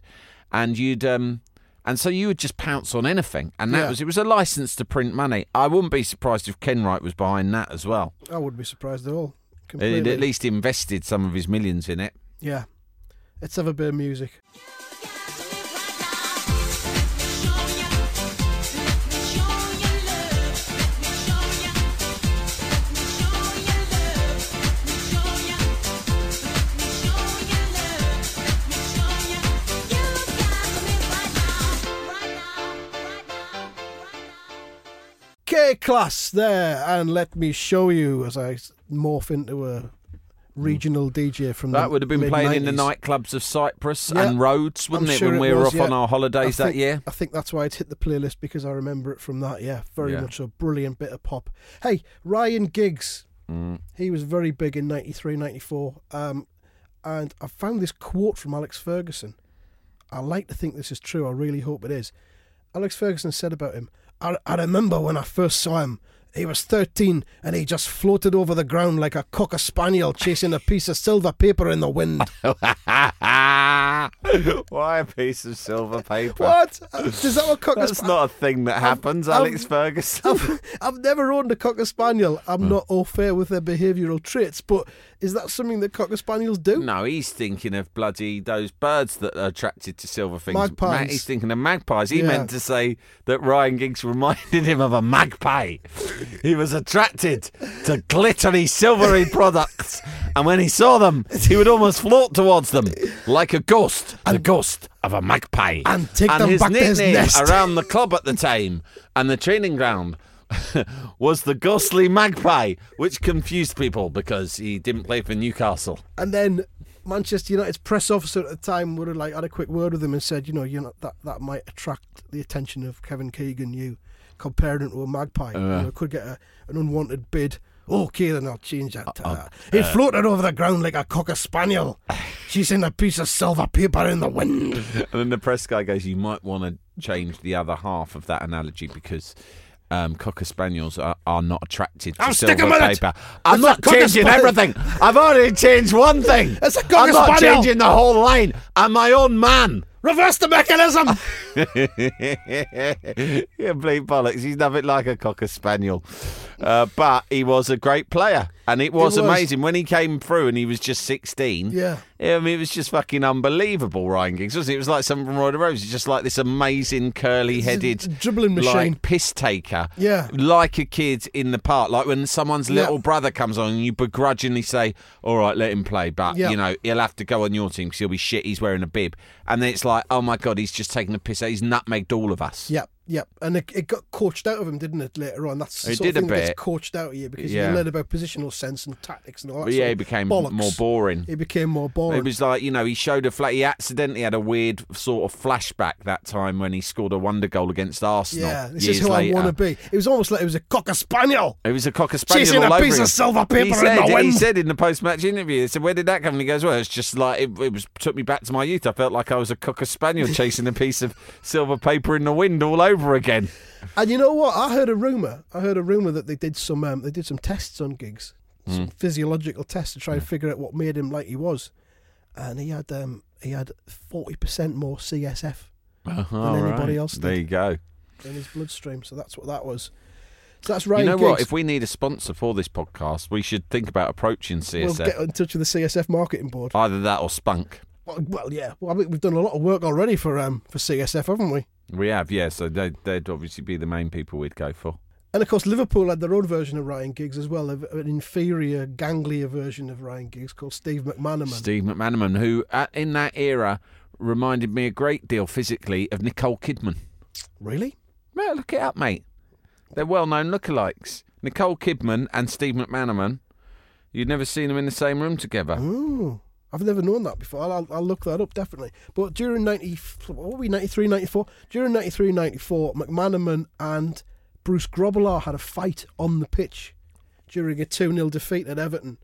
and you'd um. And so you would just pounce on anything, and that
Yeah.
was it. Was a license to print money. I wouldn't be surprised if Kenwright was behind that as well.
I wouldn't be surprised at all.
He'd
Completely.
at least invested some of his millions in it.
yeah. Let's have a bit of music.
Let me show you love. Let me show you love. Let me show you.
Hey, class, there, and let me show you as I s- morph into a regional DJ from the
That would have been playing in the
mid-nineties.
nightclubs of Cyprus
Yeah.
and Rhodes, wouldn't
I'm
it,
sure
when we were
was,
off
yeah.
on our holidays
I
that
think- [laughs]
year? [laughs]
I think that's why it hit the playlist because I remember it from that. Yeah, very
Yeah.
much a brilliant bit of pop. Hey, Ryan Giggs,
Mm.
he was very big in 93, 94. Um, and I found this quote from Alex Ferguson. I like to think this is true. I really hope it is. Alex Ferguson said about him, I, I remember when I first saw him. He was 13 and he just floated over the ground like a cocker spaniel chasing a piece of silver paper in the wind.
Why a piece of silver paper?
what? Is that what cocker
That's
spa-
not a thing that happens,
I've-
Alex Ferguson.
I've, [laughs] I've never owned a cocker spaniel. I'm not au fair with their behavioural traits, but is that something that cocker spaniels do?
No, he's thinking of bloody those birds that are attracted to silver things.
Magpies.
Matt, he's thinking of magpies. He
Yeah.
meant to say that Ryan Giggs reminded him of a magpie. he was attracted to glittery, silvery
[laughs]
products, and when he saw them, he would almost float towards them like a ghost, the ghost of a magpie.
and take them
his
back to his
nickname
nest.
around the club at the time and the training ground. [laughs] was the ghostly magpie, which confused people because he didn't play for Newcastle.
And then Manchester United's press officer at the time would have like had a quick word with him and said, you know, you know that that might attract the attention of Kevin Keegan. You comparing him to a magpie, you know, could get a, an unwanted bid. Okay, then I'll change that. to that. He floated over the ground like a cocker spaniel. She's in a piece of silver paper in the wind.
And then the press guy goes, "You might want to change the other half of that analogy because um, cocker spaniels are, are not attracted to
I'm
silver
sticking with it.
paper. I'm
That's a
not
cocker
changing
spaniel.
everything. I've already changed one thing.
That's a cocker
I'm not
spaniel.
changing the whole line. I'm my own man."
Reverse
[laughs]
the mechanism.
yeah, bleep bollocks. He's nothing like a cocker spaniel, uh, but he was a great player, and it was,
was.
amazing when he came through. And he was just sixteen.
Yeah.
Yeah, I mean, it was just fucking unbelievable, Ryan Giggs, wasn't it? It was like something from Roy the Rose. It's just like this amazing curly
It's a
headed
dribbling machine.
Like, piss taker.
Yeah.
Like a kid in the park. Like when someone's
Yeah.
little brother comes on and you begrudgingly say, all right, let him play, but,
Yeah.
you know, he'll have to go on your team because he'll be shit. He's wearing a bib. And then it's like, oh my God, he's just taking a piss out. He's nutmegged all of us.
Yep, yep. And it, it got coached out of him, didn't it, later on? That's the
It
sort
did a
of thing that
bit.
gets coached out of you because
Yeah.
you learn about positional sense and tactics and all that
But
sort
yeah, he
of
became
bollocks.
more boring.
He became more boring.
It was like, you know, he showed a flat. He accidentally had a weird sort of flashback that time when he scored a wonder goal against Arsenal.
yeah, this
years
is who
later.
I want to be. It was almost like it was a
[laughs]
cocker spaniel.
It was a cocker spaniel
Chasing
all
a
over
piece
him.
of silver paper
he
in
said,
the
He
wind.
said in the post-match interview, "He said, where did that come?" And he goes, "Well, it's just like it, it was took me back to my youth. I felt like I was a cocker
[laughs]
spaniel chasing a piece of silver paper in the wind all over again."
And you know what? I heard a rumor. I heard a rumor that they did some um, they did some tests on gigs,
Hmm.
some physiological tests to try and figure out what made him like he was. And he had um, he had forty percent more CSF
All
anybody else
There you go.
in his bloodstream, so that's what that was. So that's Ryan
you know
Giggs.
what? If we need a sponsor for this podcast, we should think about approaching
we'll
CSF.
get in touch with the CSF marketing board.
Either that or Spunk.
Well, well, yeah. Well, I mean, we've done a lot of work already for um for CSF, haven't we?
We have, yeah. So they'd, they'd obviously be the main people we'd go for.
And of course, Liverpool had their own version of Ryan Giggs as well, of an inferior, ganglier version of Ryan Giggs called Steve McManaman.
Steve McManaman, who at, in that era reminded me a great deal physically of Nicole Kidman.
Really?
Well, look it up, mate. They're well-known lookalikes. Nicole Kidman and Steve McManaman. You'd never seen them in the same room together.
Um, Ooh, I've never known that before. I'll, I'll, I'll look that up definitely. But during 90, what were we, 93, 94? During 93, 94, McManaman and Bruce Grobbelaar had a fight on the pitch during a 2 0 defeat at Everton.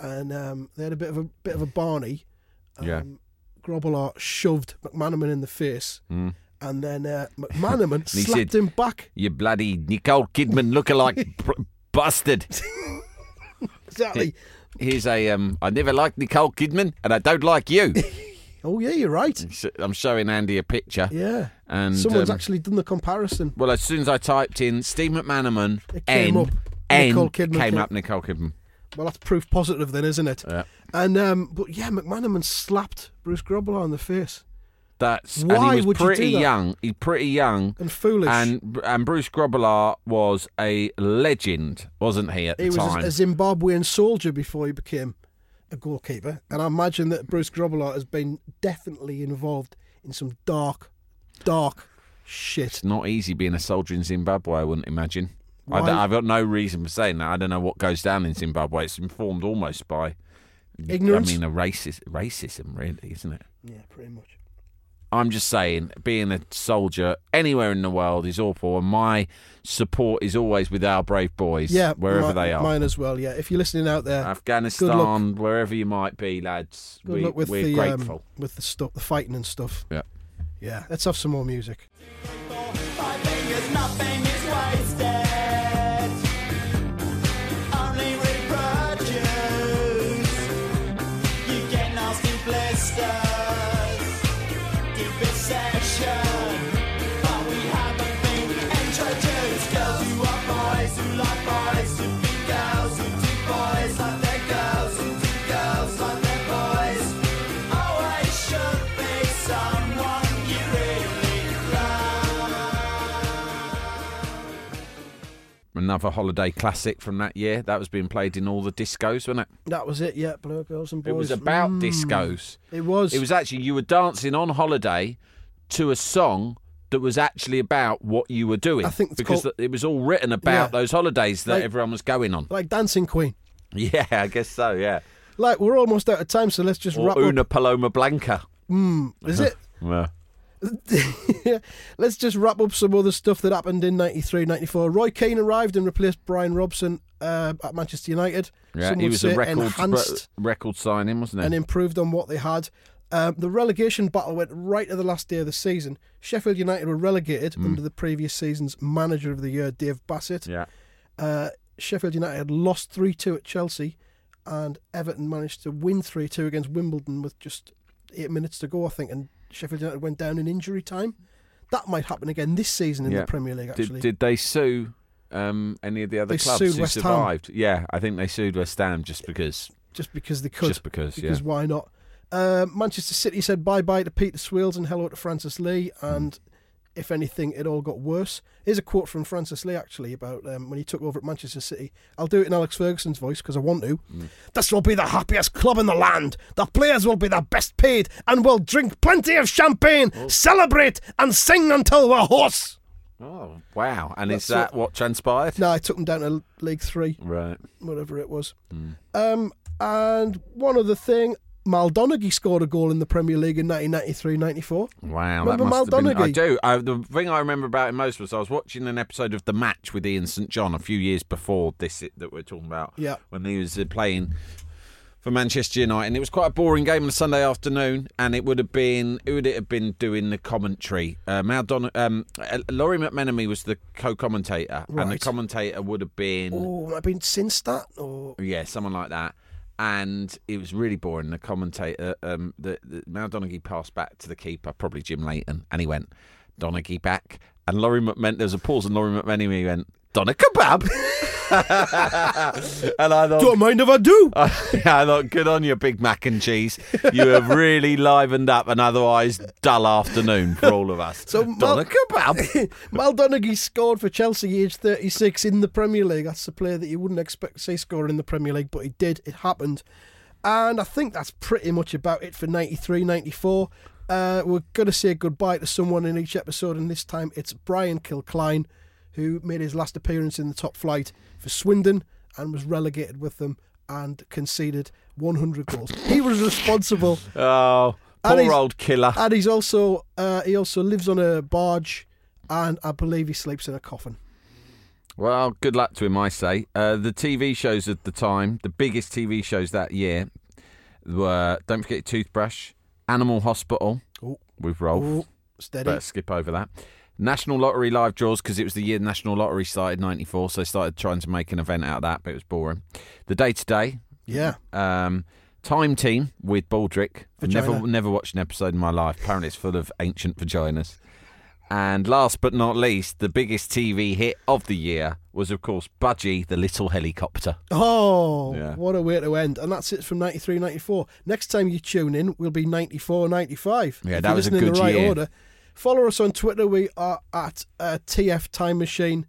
And um, they had a bit of a bit of a Barney.
Yeah.
Grobbelaar Um, shoved McManaman in the face. And then uh,
[laughs]
McManaman
Hmm. He
slapped
said-
him back.
You bloody Nicole Kidman
[laughs]
lookalike b- bastard.
Exactly.
[laughs] Here's a um. I never liked Nicole Kidman, and I don't like
[laughs]
you.
oh, yeah, you're right.
So I'm showing Andy a picture.
Yeah.
And
Someone's
um,
actually done the comparison.
Well, as soon as I typed in Steve McManaman,
It
N,
came up.
N
Nicole Kidman
came
came-
up Nicole Kidman.
Well, that's proof positive, then, isn't it?
Yeah.
And um, but yeah, McManaman slapped Bruce Grobbelaar in the face
That's and
Why
he was
would you do
pretty
that?
young. He's pretty young.
and foolish.
And and Bruce Grobbelaar was a legend, wasn't he? At the
he was
time,
a, a Zimbabwean soldier before he became a goalkeeper, and I imagine that Bruce Grobbelaar has been definitely involved in some dark, dark shit.
it's not easy being a soldier in Zimbabwe. I wouldn't imagine. I
Why-
don't- I've got no reason for saying that. I don't know what goes down in Zimbabwe. It's informed almost by
Ignorance?
I mean, a racist racism, really, isn't it?
Yeah, pretty much.
I'm just saying, being a soldier anywhere in the world is awful, and my support is always with our brave boys,
Yeah,
wherever
mi-
they are.
Mine as well. Yeah, if you're listening out there, Good
Afghanistan, wherever you might be, lads,
good
we,
luck with
we're
the
grateful.
Um, with the stuff, the fighting and stuff.
Yeah.
Yeah, let's have some more music.
Fighting is nothing is wasted. Only reproduce. You get nasty blisters. Give it session. But we haven't been introduced. Girls who are boys, who like boys, who be girls, who do boys like their girls, who do girls like their boys. Always should be someone you really love.
Another holiday classic from that year. That was being played in all the discos, wasn't it?
That was it. Yeah, blur girls and boys.
It was about
Mm,
discos.
It was.
It was actually you were dancing on holiday to a song that was actually about what you were doing.
I think it's
because
called-
th- it was all written about
Yeah.
those holidays that
Like-
everyone was going on. [laughs]
like Dancing Queen.
Yeah, I guess so. Yeah,
Like we're almost out of time, so let's just
or
wrap
Una
up.
Paloma Blanca.
Is it? [laughs]
Yeah.
Let's just wrap up some other stuff that happened in 93, 94. Roy Keane arrived and replaced Brian Robson uh, at Manchester United.
Yeah,
some
he
would
was
say
a record
enhanced
record signing, wasn't he?
and improved on what they had. Um, the relegation battle went right to the last day of the season. Sheffield United were relegated under the previous season's manager of the year, Dave Bassett.
Mm. yeah,
Uh, Sheffield United had lost 3 2 at Chelsea, and Everton managed to win 3 2 against Wimbledon with just eight minutes to go, I think. And Sheffield United went down in injury time. That might happen again this season in
yeah.
the Premier League,
Did-
actually.
Did, they sue um, any of the other
They
clubs
sued
who
West Ham.
survived? Yeah, I think they sued West Ham just because.
just because they could.
Just because,
Because
yeah.
why not? Uh, Manchester City said bye bye to Peter Swills and hello to Francis Lee,
Hmm.
and if anything, it all got worse. Here's a quote from Francis Lee actually about um, when he took over at Manchester City. I'll do it in Alex Ferguson's voice because I want to.
Hmm.
This will be the happiest club in the land. The players will be the best paid and will drink plenty of champagne, celebrate, and sing until we're hoarse.
Oh wow! And is
That's
that what transpired?
No, I took them down to League Three.
Right.
whatever it was. Um, and one other thing, Maldonaghy scored a goal in the Premier League in 1993-94.
Wow,
Remember
that must have been, I
Maldonaghy?
do. I, the thing I remember about him most was I was watching an episode of The Match with Ian St John a few years before this i- that we're talking about.
Yeah.
when he was uh, playing for Manchester United, and it was quite a boring game on a Sunday afternoon. And it would have been who would it have been doing the commentary? Uh, Maldon, um, uh, Laurie McMenemy was the co-commentator, and the
Right.
commentator would have been
Oh, might have been since that, or
yeah, someone like that. And it was really boring. The commentator, um, the, the Mal Donaghy passed back to the keeper, probably Jim Leighton, and he went Donaghy back. And Laurie McMen, there was a pause, and Laurie McMenemy went Donna kebab. [laughs] and I thought,
don't mind if I do.
[laughs] I, thought, good on you, Big Mac and Cheese. You have really livened up an otherwise dull afternoon for all of us.
So Mal-
Donna
[laughs]
kebab.
Maldonaghy scored for Chelsea, aged 36, in the Premier League. That's a player that you wouldn't expect to see scoring in the Premier League, but he did. It happened. And I think that's pretty much about it for 93, 94. Uh, we're going to say goodbye to someone in each episode, and this time it's Brian Kilcline, who made his last appearance in the top flight for Swindon and was relegated with them and conceded 100 goals. He was responsible
oh,
And
poor
he's-
old killer.
and he's also uh, he also lives on a barge, and I believe he sleeps in a coffin.
Well, good luck to him, I say. Uh, the TV shows at the time, the biggest TV shows that year were Don't Forget Your Toothbrush, Animal Hospital
Ooh.
with Rolf.
Ooh, steady.
Better skip over that. National Lottery live draws because it was the year the National Lottery started '94, so they started trying to make an event out of that, but it was boring. The day to day,
Yeah,
um, Time Team with Baldrick. I've Never,
Vagina.
never watched an episode in my life. Apparently, it's full of ancient vaginas. And last but not least, the biggest TV hit of the year was, of course, Budgie the Little Helicopter.
Oh,
Yeah.
what a way to end. And that's it from 93, 94. Next time you tune in, we'll be 94, 95.
Yeah,
if
that
you're
was a
listening in
good
the right
year.
order. Follow us on Twitter. We are at uh, TF Time Machine.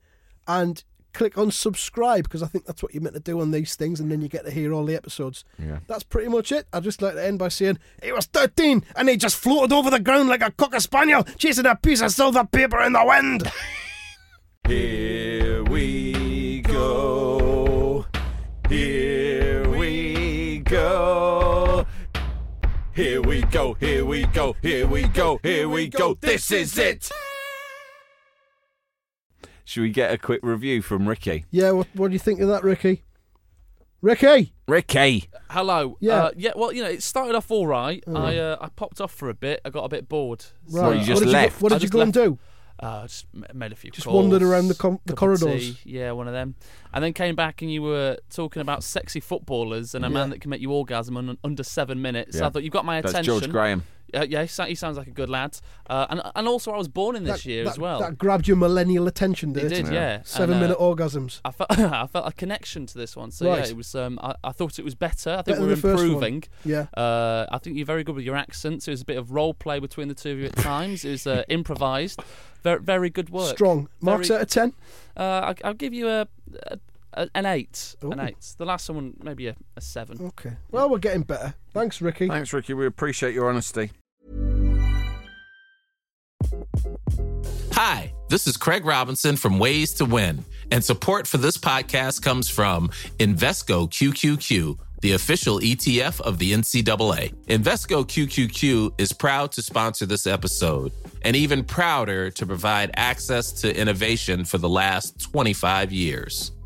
And click on subscribe because I think that's what you're meant to do on these things. And then you get to hear all the episodes.
Yeah.
That's pretty much it. I'd just like to end by saying, he was 13 and he just floated over the ground like a cocker spaniel
[laughs]
chasing a piece of silver paper in the wind.
Here we
Oh.
go, here we go, here we go, here we go. This is it.
Should we get a quick review from Ricky?
Yeah, what, what do you think of that, Ricky? Ricky!
Ricky.
Hello.
Yeah.
Uh, yeah. Well, you know, it started off all right. I uh, I popped off for a bit. I got a bit bored.
Right.
Well, you just
what did
left.
You, go- what
I
did you
just
go and do?
Uh, just m- made a few.
Just
calls,
wandered around the com- the
cup of
corridors.
tea. Yeah, one of them. And then came back and you were talking about sexy footballers and a man that can make you orgasm in un- under seven minutes.
Yeah.
I thought you've got my
That's
attention.
George Graham.
Uh, yeah, he, sa- he sounds like a good lad. Uh, and and also I was born in this
That-
year
that,
as well.
That grabbed your millennial attention,
it
did
did, yeah. And,
Seven
uh,
minute orgasms.
I felt [laughs] I felt a connection to this one. So
Right.
yeah, it was. Um, I, I thought it was better. I think
Better
we
than
were
the first one.
improving.
Yeah.
Uh, I think you're very good with your accents. It was a bit of role play between the two of you at times. it
[laughs]
was uh, improvised. Very, very good work.
Strong. Marks
Very-
out of 10?
Uh, I'll, I'll give you a, a, a- an eight. An
Ooh.
eight. The last one, maybe a, a seven.
Okay. Well, we're getting better. Thanks, Ricky.
Thanks, Ricky. We appreciate your honesty.
Hi, this is Craig Robinson from Ways to Win, and support for this podcast comes from Invesco QQQ, the official ETF of the NCAA. Invesco QQQ is proud to sponsor this episode, and even prouder to provide access to innovation for the last 25 years.